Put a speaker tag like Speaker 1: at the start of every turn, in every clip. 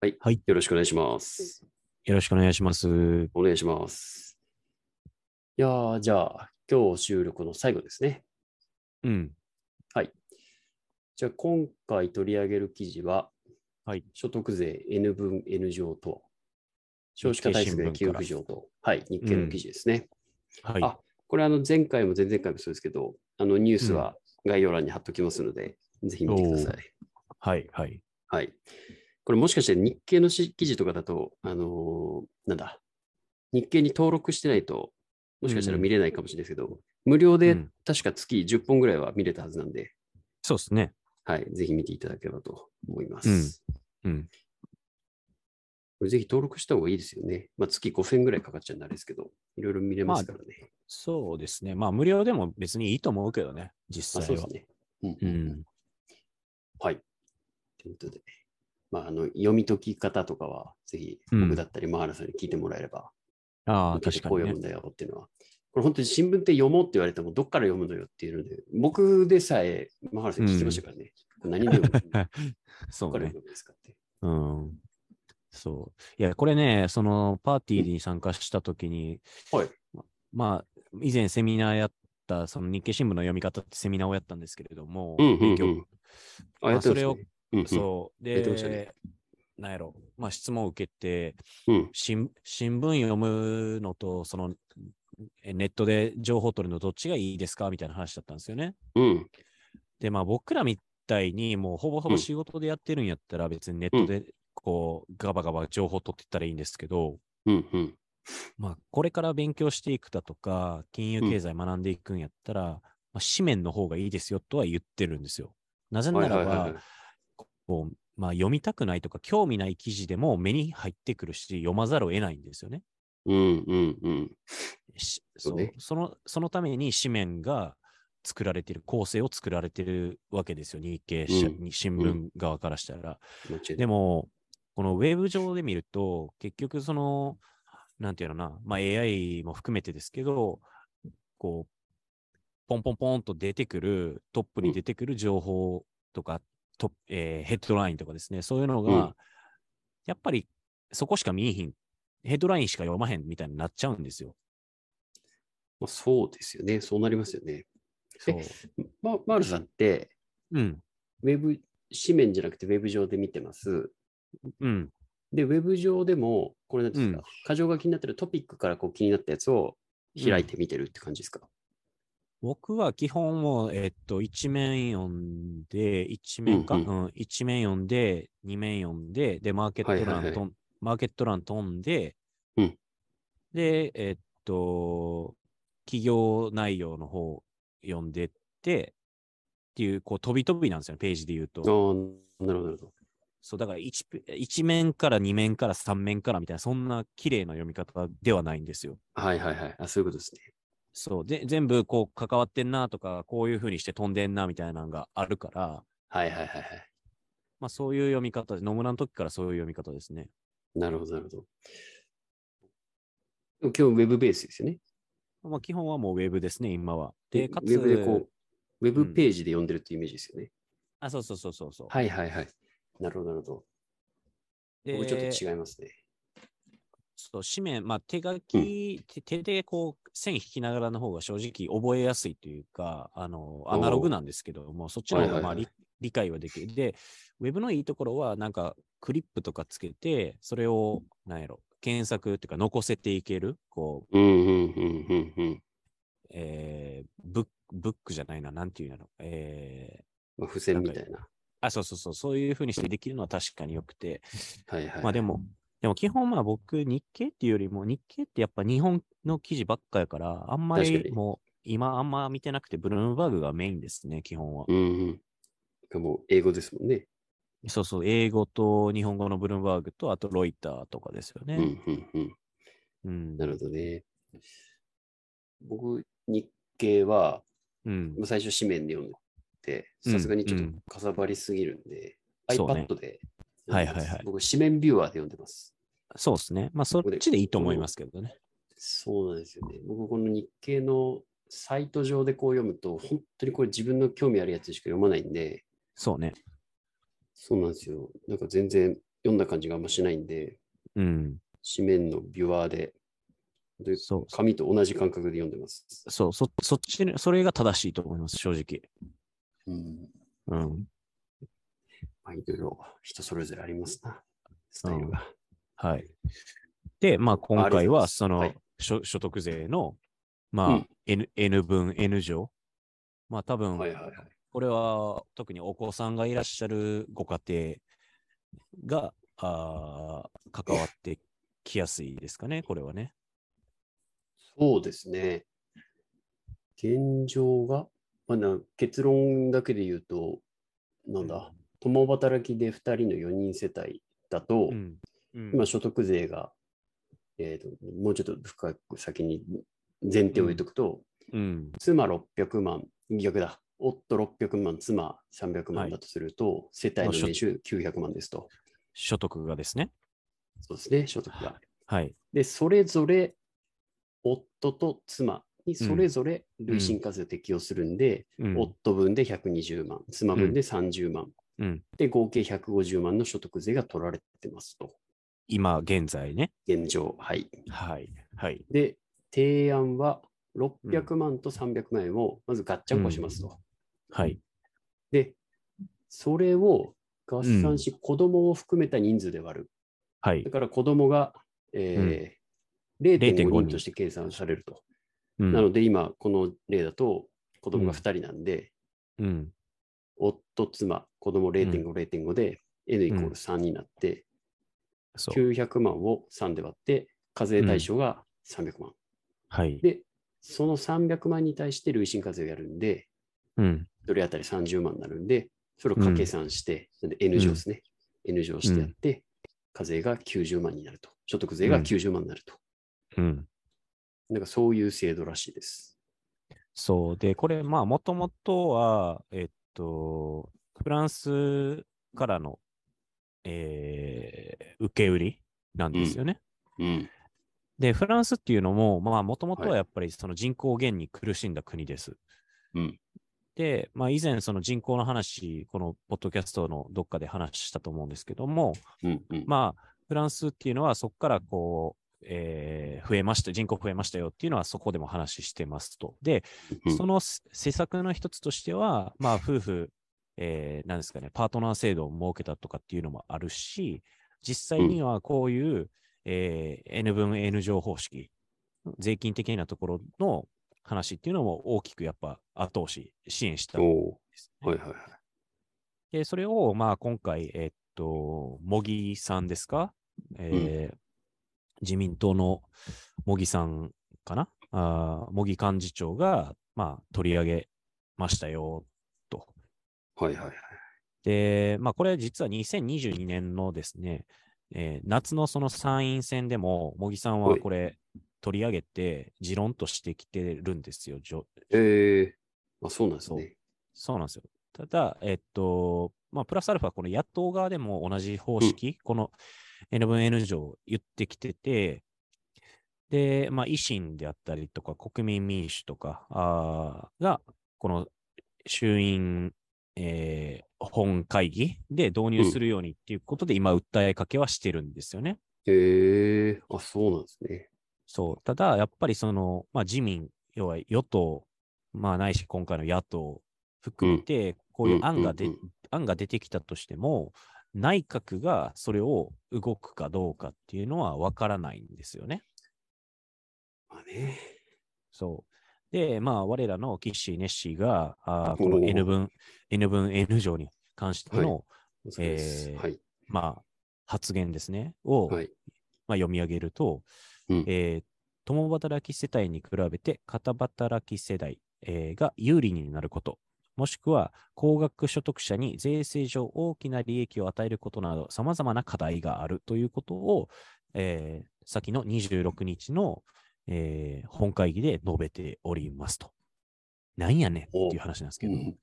Speaker 1: はい。
Speaker 2: はい
Speaker 1: よろしくお願いします。
Speaker 2: よろしくお願いします。
Speaker 1: お願いします。いやー、じゃあ、今日収録の最後ですね。
Speaker 2: うん。
Speaker 1: じゃあ、今回取り上げる記事は、
Speaker 2: はい、
Speaker 1: 所得税 N 分 N 乗と、少子化対策で給付上と、はい、日経の記事ですね。
Speaker 2: はい。
Speaker 1: あこれ、あの、前回も前々回もそうですけど、あの、ニュースは概要欄に貼っときますので、ぜひ見てください。
Speaker 2: はい。はい。
Speaker 1: はい。これもしかして日経のし記事とかだと、あのーなんだ、日経に登録してないと、もしかしたら見れないかもしれないですけど、無料
Speaker 2: う
Speaker 1: で
Speaker 2: ん
Speaker 1: 確か月10本ぐらいは見れたはずなんで、
Speaker 2: そうですね。
Speaker 1: はい、ぜひ見ていただければと思います。
Speaker 2: うん。
Speaker 1: これぜひ登録した方がいいですよね。まあ、月5000ぐらいかかっちゃうんであれですけど、いろいろ見れますからね。
Speaker 2: そうですね。まあ、無料でも別にいいと思うけどね、
Speaker 1: ま
Speaker 2: 実
Speaker 1: あ、そう
Speaker 2: 際
Speaker 1: で
Speaker 2: は。
Speaker 1: すね。うん
Speaker 2: う
Speaker 1: うん
Speaker 2: ん。
Speaker 1: はい。ということで、まあ、あの読み解き方とかは、ぜひ
Speaker 2: うん
Speaker 1: 僕だったり、マハラさんに聞いてもらえれば、
Speaker 2: ああ、
Speaker 1: 受け
Speaker 2: 確
Speaker 1: て
Speaker 2: か
Speaker 1: こう
Speaker 2: に、
Speaker 1: 読
Speaker 2: ね
Speaker 1: む。んだよっていうのは。これ本当に新聞って読もうって言われても、どっから読むのよっていうので、僕でさえ、マハラさん聞きましたからね。何で読むのどっから
Speaker 2: そうね
Speaker 1: 読。むんですかって。
Speaker 2: うん。そう。いや、これね、そのパーティーに参加したときに、
Speaker 1: はい
Speaker 2: ま。まあ、以前セミナーやった、その日経新聞の読み方ってセミナーをやったんですけれども、
Speaker 1: うんうん
Speaker 2: 勉強
Speaker 1: うんあ、やってますね
Speaker 2: まあそ
Speaker 1: うんうん
Speaker 2: そう。
Speaker 1: やってました
Speaker 2: で
Speaker 1: ね、
Speaker 2: なんやろ、まあ質問を受けて、
Speaker 1: うん
Speaker 2: 新新聞読むのと、そのえネットで情報を取るのどっちがいいですかみたいな話だったんですよね。
Speaker 1: うん。
Speaker 2: で、まあ僕らみたいに、もうほぼほ
Speaker 1: う
Speaker 2: ぼ
Speaker 1: ん
Speaker 2: 仕事でやってるんやったら、別にネットでこう、ガバガバ情報取ってったらいいんですけど、
Speaker 1: うん。うん。
Speaker 2: まあこれから勉強していくだとか、金融
Speaker 1: うん
Speaker 2: 経済学んでいくんやったら、まあ紙面の方がいいですよとは言ってるんですよ。なぜ
Speaker 1: は
Speaker 2: ないら
Speaker 1: は
Speaker 2: ば、
Speaker 1: いはいはい。
Speaker 2: こう、まあ、読みたくないとか興味ない記事でも目に入ってくるし読まざるを得ないんですよね。
Speaker 1: うんうんうん。
Speaker 2: し
Speaker 1: そ
Speaker 2: そうう
Speaker 1: ね
Speaker 2: そのそのために紙面が作られてる構成を作られてるわけですよ日経社、
Speaker 1: うん
Speaker 2: に新
Speaker 1: う
Speaker 2: 聞側からしたら。
Speaker 1: 間違いない
Speaker 2: でもこのウェブ上で見ると結局そのなんていうのかな、まあ、AI も含めてですけどこうポンポンポンと出てくるトップ
Speaker 1: う
Speaker 2: に
Speaker 1: ん
Speaker 2: 出てくる情報とか、トップえーヘッドラインとかですねそういうのが、
Speaker 1: うん
Speaker 2: やっぱりそこしか見えひんヘッドラインしか読まへんみたいになっちゃうんですよ。
Speaker 1: まあ、そうですよね。そうなりますよね。
Speaker 2: そ
Speaker 1: え
Speaker 2: う
Speaker 1: ま、マールさんって、
Speaker 2: うん
Speaker 1: ウェブ、紙面じゃなくてウェブ上で見てます。
Speaker 2: うん、
Speaker 1: で、ウェブ上でも、これなんていうんですか、箇条書きになってるトピックからこう気になったやつを開いて見てるって感じですか、
Speaker 2: 僕は基本もう、えっと、一面読んで、一面か、
Speaker 1: う
Speaker 2: うんん
Speaker 1: う
Speaker 2: 一面読んで、二面読んで、で、マーケット
Speaker 1: はい
Speaker 2: 欄
Speaker 1: は
Speaker 2: と
Speaker 1: い
Speaker 2: ん、
Speaker 1: は
Speaker 2: マーケット欄飛んで、
Speaker 1: うん
Speaker 2: で、えっと、企業内容の方読んでって、っていう、こう、飛び飛びなんですよね、ページで言うと。
Speaker 1: ああ、なるほど、なるほど。
Speaker 2: そう、だから一ペ一面から二面から三面からみたいな、そんな綺麗な読み方ではないんですよ。
Speaker 1: はいはいはい。あそういうことですね。
Speaker 2: そう。で、全部こう関わってんなとか、こういう風にして飛んでんなみたいなのがあるから、
Speaker 1: はいはいはいはい。
Speaker 2: まあそういう読み方で、野村の時からそういう読み方ですね。
Speaker 1: なるほど、なるほど。でも今日ウェブベースですよね。
Speaker 2: まあ基本はもうウェブですね、今は。
Speaker 1: ウ
Speaker 2: で、かつ、
Speaker 1: ェブでこう、ウェブページで読んでるっていうイメージですよね。
Speaker 2: あ、そうそうそうそうそう。
Speaker 1: はいはいはい。なるほど、なるほど。
Speaker 2: で
Speaker 1: 僕ちょっと違いますね。
Speaker 2: そう、紙面、まあ手書き、手手でこう線引きながらの方が正直覚えやすいというか、あの、アナログなんですけども、そっちの方がま
Speaker 1: は
Speaker 2: あ
Speaker 1: いはいはい
Speaker 2: 理理解はできる。で、ウェブのいいところはなんかクリップとかつけて、それを、なんやろ、検索っていうか残せていける、こう、
Speaker 1: うんうんうんうんうん。
Speaker 2: えーブック、ブックじゃないな、なんていうの、えー
Speaker 1: まあ、付箋みたいな。
Speaker 2: あ、そうそうそう、そういうふうにしてできるのは確かに良くて、
Speaker 1: はいはい。
Speaker 2: まあでも、でも基本まあ僕、日経っていうよりも、日経ってやっぱ日本の記事ばっかやから、あんま
Speaker 1: 確か
Speaker 2: り
Speaker 1: に
Speaker 2: もう、今あんま見てなくて、ブルームバーグがメインですね、基本は。
Speaker 1: うんうん。もう英語ですもんね。
Speaker 2: そうそう、英語と日本語のブルームバーグと、あとロイターとかですよ
Speaker 1: う
Speaker 2: ね。
Speaker 1: んうんうん。
Speaker 2: うん。
Speaker 1: なるほどね。僕、日経は、
Speaker 2: うん
Speaker 1: ま。あ最初紙面で読んでて、
Speaker 2: うん
Speaker 1: さすがにちょっ
Speaker 2: う
Speaker 1: と
Speaker 2: ん
Speaker 1: かさばりすぎるんで、
Speaker 2: そうね
Speaker 1: iPad で、
Speaker 2: はいはいはい
Speaker 1: 僕、紙面ビューアーで読んでます。
Speaker 2: そうですね。まあそっちでいいと思いますけどね。
Speaker 1: そうなんですよね。僕、この日経のサイト上でこう読むと、本当にこれ自分の興味あるやつしか読まないんで、
Speaker 2: そうね。
Speaker 1: そうなんですよ。なんか全然読んだ感じがあんましないんで、
Speaker 2: うん。
Speaker 1: 紙面のビュアーで、で
Speaker 2: そう。
Speaker 1: 紙と同じ感覚で読んでます。
Speaker 2: そう、そ、そっちに、それが正しいと思います、正直。
Speaker 1: うん。
Speaker 2: うん。
Speaker 1: まあ、いろいろ人それぞれありますな、スタイルが。
Speaker 2: はい。で、まあ、今回は、そ
Speaker 1: は
Speaker 2: の
Speaker 1: い、
Speaker 2: 所所得税の、まあ、
Speaker 1: うん
Speaker 2: N, N 分、N 乗。まあ、多分、
Speaker 1: はいはいはい。
Speaker 2: これは特にお子さんがいらっしゃるご家庭があー関わってきやすいですかね、これはね。
Speaker 1: そうですね。現状が、まあ、な結論だけで言うと、なんだ、共働きで2人の4人世帯だと、
Speaker 2: うん。うん
Speaker 1: 今、所得税が、えーと、もうちょっと深く先に前提を言っとくと、
Speaker 2: うん。
Speaker 1: 妻600万、逆だ、夫600万、妻300万だとすると、世帯の年収900万ですと。
Speaker 2: 所得がですね。
Speaker 1: そうですね、所得が。
Speaker 2: はい。
Speaker 1: で、それぞれ夫と妻にそれぞれ累進課税を適用するんで、
Speaker 2: うん。
Speaker 1: 夫分で120万、妻分で30万、
Speaker 2: うん
Speaker 1: で、合計150万の所得税が取られてますと、
Speaker 2: 今、現在ね。
Speaker 1: 現状。はい。
Speaker 2: はい。はい。
Speaker 1: で、提案は600万と300万円をまずガッチャンコしますと。
Speaker 2: はい。
Speaker 1: で、それを合算し、子供を含めた人数で割る。
Speaker 2: はい
Speaker 1: だ。から子供が、えー0.5
Speaker 2: 0.5
Speaker 1: 人として計算されると。
Speaker 2: うん
Speaker 1: なので今、この例だと、子供が2人なんで、
Speaker 2: うん。
Speaker 1: 夫、妻、子供0.5、
Speaker 2: う
Speaker 1: 0.5で、N イコール3になって、
Speaker 2: そう。
Speaker 1: 900万を3で割って、課税対象が300万。
Speaker 2: はい。
Speaker 1: で、その300万に対して累進課税をやるんで、
Speaker 2: うん。
Speaker 1: 1人当たり30万になるんで、それを掛け算して、なんで N 乗ですね。N 乗してやって、課税が90万になると。所得税が90万になると。
Speaker 2: うん。
Speaker 1: なんかそういう制度らしいです。
Speaker 2: そう。で、これ、まあ、もともとは、えっと、フランスからの、えー受け売りなんですよね。
Speaker 1: うん。
Speaker 2: で、フランスっていうのも、まあ、もともと
Speaker 1: は
Speaker 2: はいやっぱりその人口減に苦しんだ国です。
Speaker 1: うん。
Speaker 2: で、まあ、以前、その人口の話、このポッドキャストのどっかで話したと思うんですけども、
Speaker 1: うん。うん。
Speaker 2: まあ、フランスっていうのはそこからこう、えー増えました、人口増えましたよっていうのはそこでも話してますと。で、
Speaker 1: うん
Speaker 2: そのせ施策の一つとしては、まあ、夫婦、えーなんですかね、パートナー制度を設けたとかっていうのもあるし、実際にはこういう、えー N 分 N 乗方式、税金的なところの話っていうのも大きくやっぱ後押し、支援したんで
Speaker 1: お
Speaker 2: す
Speaker 1: お、
Speaker 2: ね、
Speaker 1: はいはいはい。
Speaker 2: で、それを、まあ、今回、えっと、茂木さんですか、えー自民党の茂木さんかなあー茂木幹事長が、まあ、取り上げましたよ、と。
Speaker 1: はいはいはい。
Speaker 2: で、まあ、これ実は2022年のですね、えー夏のその参院選でも、茂木さんはこれ取り上げて、持論としてきてるんですよ、じょ
Speaker 1: えー、あそうなんですね。
Speaker 2: そうなんですよ。ただ、えっと、まあ、プラスアルファ、この野党側でも同じ方式、この N 分 N 乗を言ってきてて、で、まあ、維新であったりとか、国民民主とかあーが、この衆院、えー本会議で導入するようにっていうことで、今、訴えかけはしてるんですよね。
Speaker 1: へえあ、そうなんですね。
Speaker 2: そう。ただ、やっぱりその、まあ、自民、要は与党、まあ、ないし今回の野党含めて、こういう案がで、
Speaker 1: うんうん
Speaker 2: 案が出てきたとしても、内閣がそれを動くかどうかっていうのは分からないんですよね。
Speaker 1: まあね。
Speaker 2: そう。で、まあ、我らのキッシー・ネッシーが、あーこ
Speaker 1: お
Speaker 2: の
Speaker 1: ー
Speaker 2: N 分、N 分 N 乗に関しての、
Speaker 1: お疲れ様です
Speaker 2: えー
Speaker 1: はい。
Speaker 2: まあ、発言ですね、を、
Speaker 1: はい。
Speaker 2: まあ、読み上げると、
Speaker 1: うん
Speaker 2: えー共働き世帯に比べて片働き世代、えーが有利になること、もしくは高額所得者に税制上大きな利益を与えることなど、さまざまな課題があるということを、えー先の26日の、えー本会議で述べておりますと。なんやねんっていう話なんですけど、
Speaker 1: うん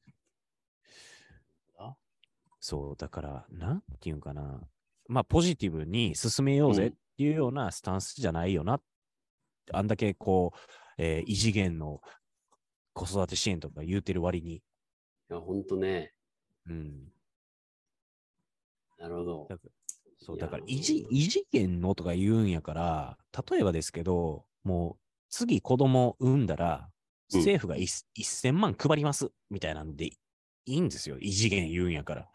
Speaker 2: そう、だから、なんていうんかな、まあ、ポジティブに進めようぜ
Speaker 1: うん
Speaker 2: っていうようなスタンスじゃないよな。あんだけ、こう、えー異次元の子育て支援とか言うてる割に。
Speaker 1: いや、ほんとね。
Speaker 2: うん。
Speaker 1: なるほど
Speaker 2: だ。そう、
Speaker 1: いや
Speaker 2: だから異次、異次元のとか言うんやから、例えばですけど、もう、次子供産んだら、
Speaker 1: うん
Speaker 2: 政府がいっ1000万配ります、みたいなんでいいんですよ。異次元言うんやから。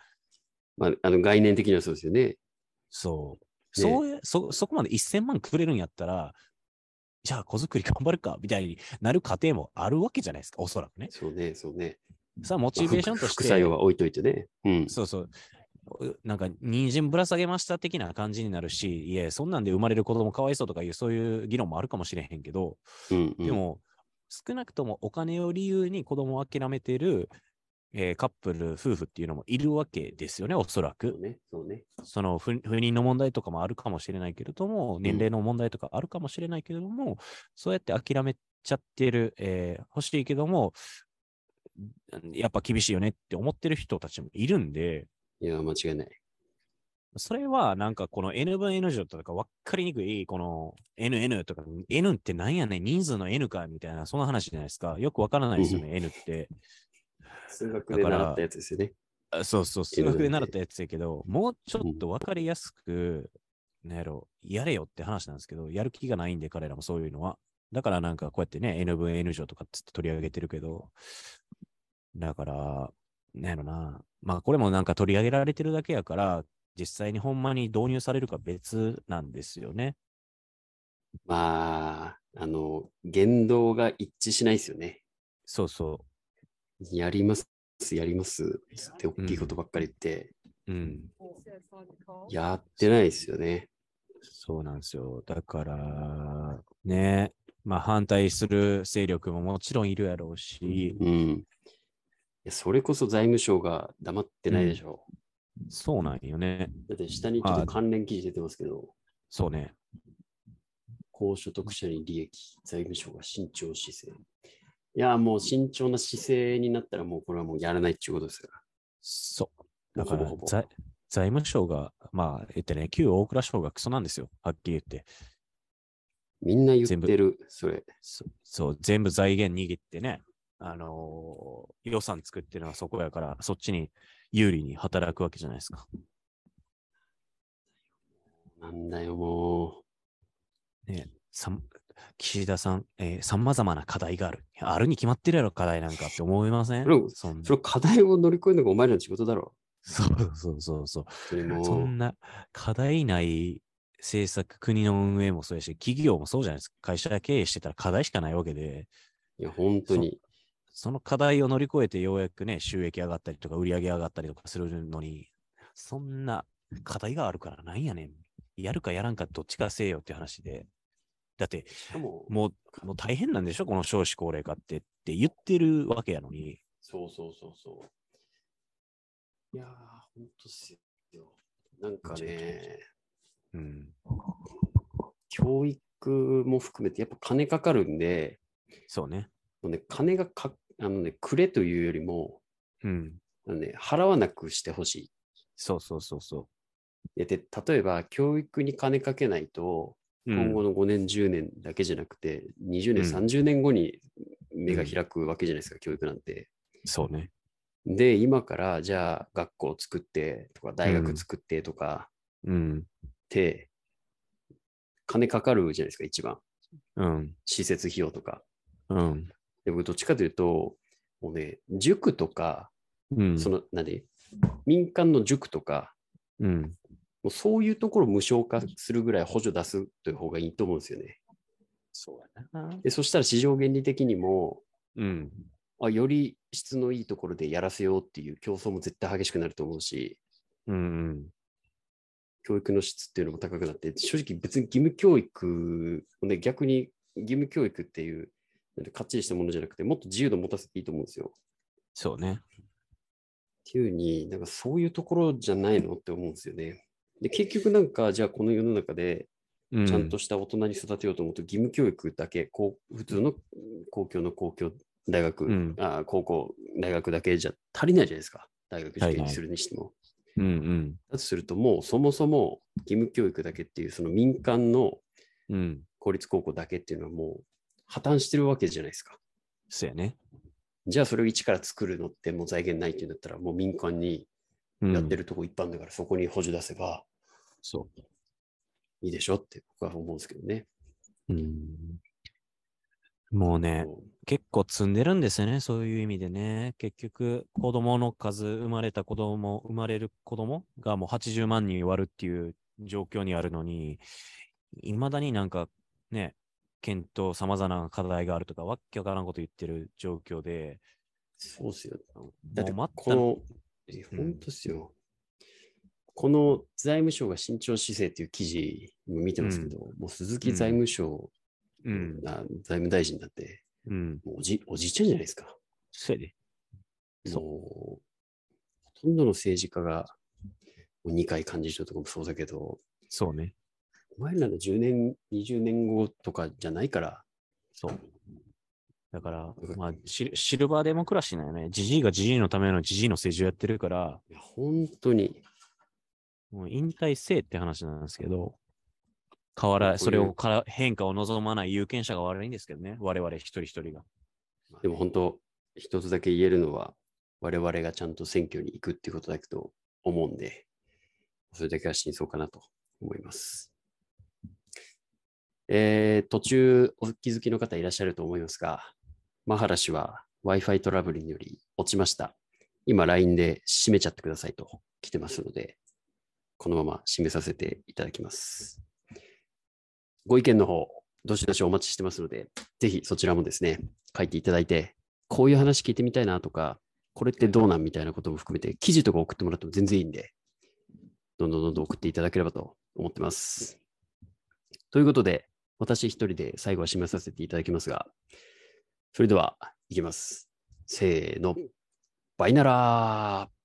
Speaker 1: まあ、あの概念的にはそうですよね。
Speaker 2: そう。
Speaker 1: ね
Speaker 2: そういう、そ、そこまで1000万くれるんやったら、じゃあ子作り頑張るか、みたいになる過程もあるわけじゃないですか、おそらくね。
Speaker 1: そうね、そうね。
Speaker 2: さあ、モチベーションと
Speaker 1: まあ
Speaker 2: し
Speaker 1: 副副
Speaker 2: て。
Speaker 1: 作用は置いといてね。うん。
Speaker 2: そうそう。うなんか、人参ぶら下げました的な感じになるし、いや、そんなんで生まれる子供かわいそうとかいう、そういう議論もあるかもしれへんけど、
Speaker 1: うんうん、
Speaker 2: でも、少なくともお金を理由に子供を諦めてる、えーカップル、夫婦っていうのもいるわけですよね、おそら
Speaker 1: そう
Speaker 2: く。
Speaker 1: ね、そうね。
Speaker 2: その不不妊の問題とかもあるかもしれないけれども、年齢の問題とかあるかもしれないけれども、そうやって諦めちゃってる、えー欲しいけども、やっぱ厳しいよねって思ってる人たちもいるんで、
Speaker 1: いや、間違いない。
Speaker 2: それはなんかこの N 分 N 乗とか分かりにくい、この NN とか N ってなんやねん、人数の N かみたいな、そんな話じゃないですか。よく分からないですよね、N って。
Speaker 1: 数学で
Speaker 2: だから
Speaker 1: 習ったやつですよね。
Speaker 2: あそうそう、数
Speaker 1: N
Speaker 2: 学で習ったやつやけど、もうちょっと分かりやすく、なんやろ、やれよって話なんですけど、やる気がないんで、彼らもそういうのは。だからなんかこうやってね、N 分 N 乗とかっつって取り上げてるけど、だから、なんやろな。まあこれもなんか取り上げられてるだけやから、実際にほんまに導入されるか別なんですよね。
Speaker 1: まあ、あの、言動が一致しないですよね。
Speaker 2: そうそ
Speaker 1: やります、やりますって大きいことばっかり言って、
Speaker 2: う。うん。
Speaker 1: やってないですよね。
Speaker 2: そうなんですよ。だから、ね、まあ反対する勢力ももちろんいるやろうし、
Speaker 1: うん。いやそれこそ財務省が黙ってないでしょ。
Speaker 2: そうなんよね。
Speaker 1: だって下にちょっと関連記事出てますけど、
Speaker 2: そうね。
Speaker 1: 高所得者に利益、財務省が慎重姿勢。いや、もう慎重な姿勢になったら、もうこれはもうやらないっていうことですか
Speaker 2: そう。
Speaker 1: ら。
Speaker 2: だから
Speaker 1: ほぼほぼ。
Speaker 2: 財財務省が、まあ言ってね、旧大蔵省がクソなんですよ。はっきり言って。
Speaker 1: みんな言ってる、それ。
Speaker 2: そそう、全部財源握ってね、あのー予算作ってるのはそこやから、そっちに有利に働くわけじゃないですか。
Speaker 1: なんだよ、も
Speaker 2: さん岸田さん、えー、さまざまな課題がある。いやあるに決まってるやろ、課題なんかって思いません
Speaker 1: それを
Speaker 2: そん
Speaker 1: う。
Speaker 2: な
Speaker 1: その課題を乗り越えるのがお前らの仕事だろ。
Speaker 2: そうそうそうそう。
Speaker 1: それも
Speaker 2: そ
Speaker 1: うん
Speaker 2: な課題ない政策、国の運営もそうやし、企業もそうじゃないですか。会社経営してたら課題しかないわけで、
Speaker 1: いや、本当に。
Speaker 2: その課題を乗り越えてようやくね、収益上がったりとか、売り上げ上がったりとかするのに、そんな課題があるからなんやねん。やるかやらんかどっちかせえよって話で。だって、
Speaker 1: しかも、
Speaker 2: もう、もう大変なんでしょこの少子高齢化ってって言ってるわけやのに。
Speaker 1: そうそうそうそう。いやー、本当っすよ。なんかね、
Speaker 2: うん。
Speaker 1: 教育も含めて、やっぱ金かかるんで、
Speaker 2: そうね。
Speaker 1: もうね、金がかあの、ね、くれというよりも、
Speaker 2: うん。
Speaker 1: あのね、払わなくしてほしい
Speaker 2: そうそうそうそ
Speaker 1: いや。で、例えば、教育に金かけないと、
Speaker 2: う。うん
Speaker 1: 今後の5年、10年だけじゃなくて、20年、
Speaker 2: うん
Speaker 1: 30年後に目が開くわけじゃないですか、教育なんて。
Speaker 2: そうね。
Speaker 1: で、今から、じゃあ、学校作ってとか、大学作ってとか
Speaker 2: うん。
Speaker 1: って、金かかるじゃないですか、一番。
Speaker 2: うん。
Speaker 1: 施設費用とか。
Speaker 2: うん。
Speaker 1: で、僕、どっちかというと、もうね、塾とか、
Speaker 2: うん。
Speaker 1: その、何民間の塾とか、
Speaker 2: うん。
Speaker 1: もうそういうところを無償化するぐらい補助出すという方がいいと思うんですよね。
Speaker 2: そうやな。
Speaker 1: で、そしたら市場原理的にも、
Speaker 2: うん。
Speaker 1: あより質のいいところでやらせようっていう競争も絶対激しくなると思うし、
Speaker 2: うん。
Speaker 1: 教育の質っていうのも高くなって、正直別に義務教育をね、逆に義務教育っていう、なんかかっちりしたものじゃなくて、もっと自由度持たせていいと思うんですよ。
Speaker 2: そうね。
Speaker 1: っていうふうに、なんかそういうところじゃないのって思うんですよね。で、結局なんか、じゃあこの世の中で、
Speaker 2: う
Speaker 1: ちゃんとした大人に育てようと思うと、義務教育だけ、こう普通の公共の公共大学、
Speaker 2: うん
Speaker 1: あ高校、大学だけじゃ足りないじゃないですか。大学受
Speaker 2: 足り
Speaker 1: 験
Speaker 2: ない
Speaker 1: するにしても。
Speaker 2: うんうん。
Speaker 1: だとすると、もうそもそも義務教育だけっていう、その民間の
Speaker 2: うん。
Speaker 1: 公立高校だけっていうのはもう破綻してるわけじゃないですか。
Speaker 2: そうやね。
Speaker 1: じゃあそれを一から作るのってもう財源ないっていうんだったら、もう民間に
Speaker 2: うん
Speaker 1: やってるとこいっぱいあるんだから、そこに補助出せば、そう。いいでしょって僕は思うんですけどね。
Speaker 2: うんもうね、
Speaker 1: そう
Speaker 2: 結構積んでるんですよね、そういう意味でね。結局、子供の数、生まれた子供、生まれる子供がもう80万人割るっていう状況にあるのに、いまだになんかね、検討、さまざまな課題があるとか、わっけわからんこと言ってる状況で、
Speaker 1: そうっすよ。
Speaker 2: も
Speaker 1: だって
Speaker 2: う待った
Speaker 1: こ
Speaker 2: ら
Speaker 1: の、え
Speaker 2: うん
Speaker 1: 本当っすよ。この財務省が慎重姿勢っていう記事も見てますけど、もう鈴木財務省
Speaker 2: うん、
Speaker 1: が財務大臣だって、
Speaker 2: うん、
Speaker 1: もうおじおじいちゃんじゃないですか。
Speaker 2: そうやで。そう
Speaker 1: もうほとんどの政治家が、もう2回幹事長とかもそうだけど、
Speaker 2: そうね。
Speaker 1: お前らの10年、20年後とかじゃないから、
Speaker 2: そう。だから
Speaker 1: う、ん
Speaker 2: まあ、シルシルバーデモクラシーなんよね。ジジイがジジイのためのジジイの政治をやってるから、
Speaker 1: いや本当に、
Speaker 2: もう引退せえって話なんですけど、変わ
Speaker 1: こう
Speaker 2: ら
Speaker 1: いう
Speaker 2: それをから変化を望まない有権者が悪いんですけどね、我々一人一人が。
Speaker 1: でも本当、一つだけ言えるのは、我々がちゃんと選挙に行くっていうことだけと思うんで、それだけは真相かなと思います。えー途中お気づきの方いらっしゃると思いますが、マハラ氏は Wi-Fi トラブルにより落ちました。今 LINE で閉めちゃってくださいと来てますので、このまま閉めさせていただきます。ご意見の方、どしどしお待ちしてますので、ぜひそちらもですね、書いていただいて、こういう話聞いてみたいなとか、これってどうなんみたいなことも含めて、記事とか送ってもらっても全然いいんで、どんどんどんどん送っていただければと思ってます。ということで、私一人で最後は締めさせていただきますが、それでは、いきます。せーの、バイナラー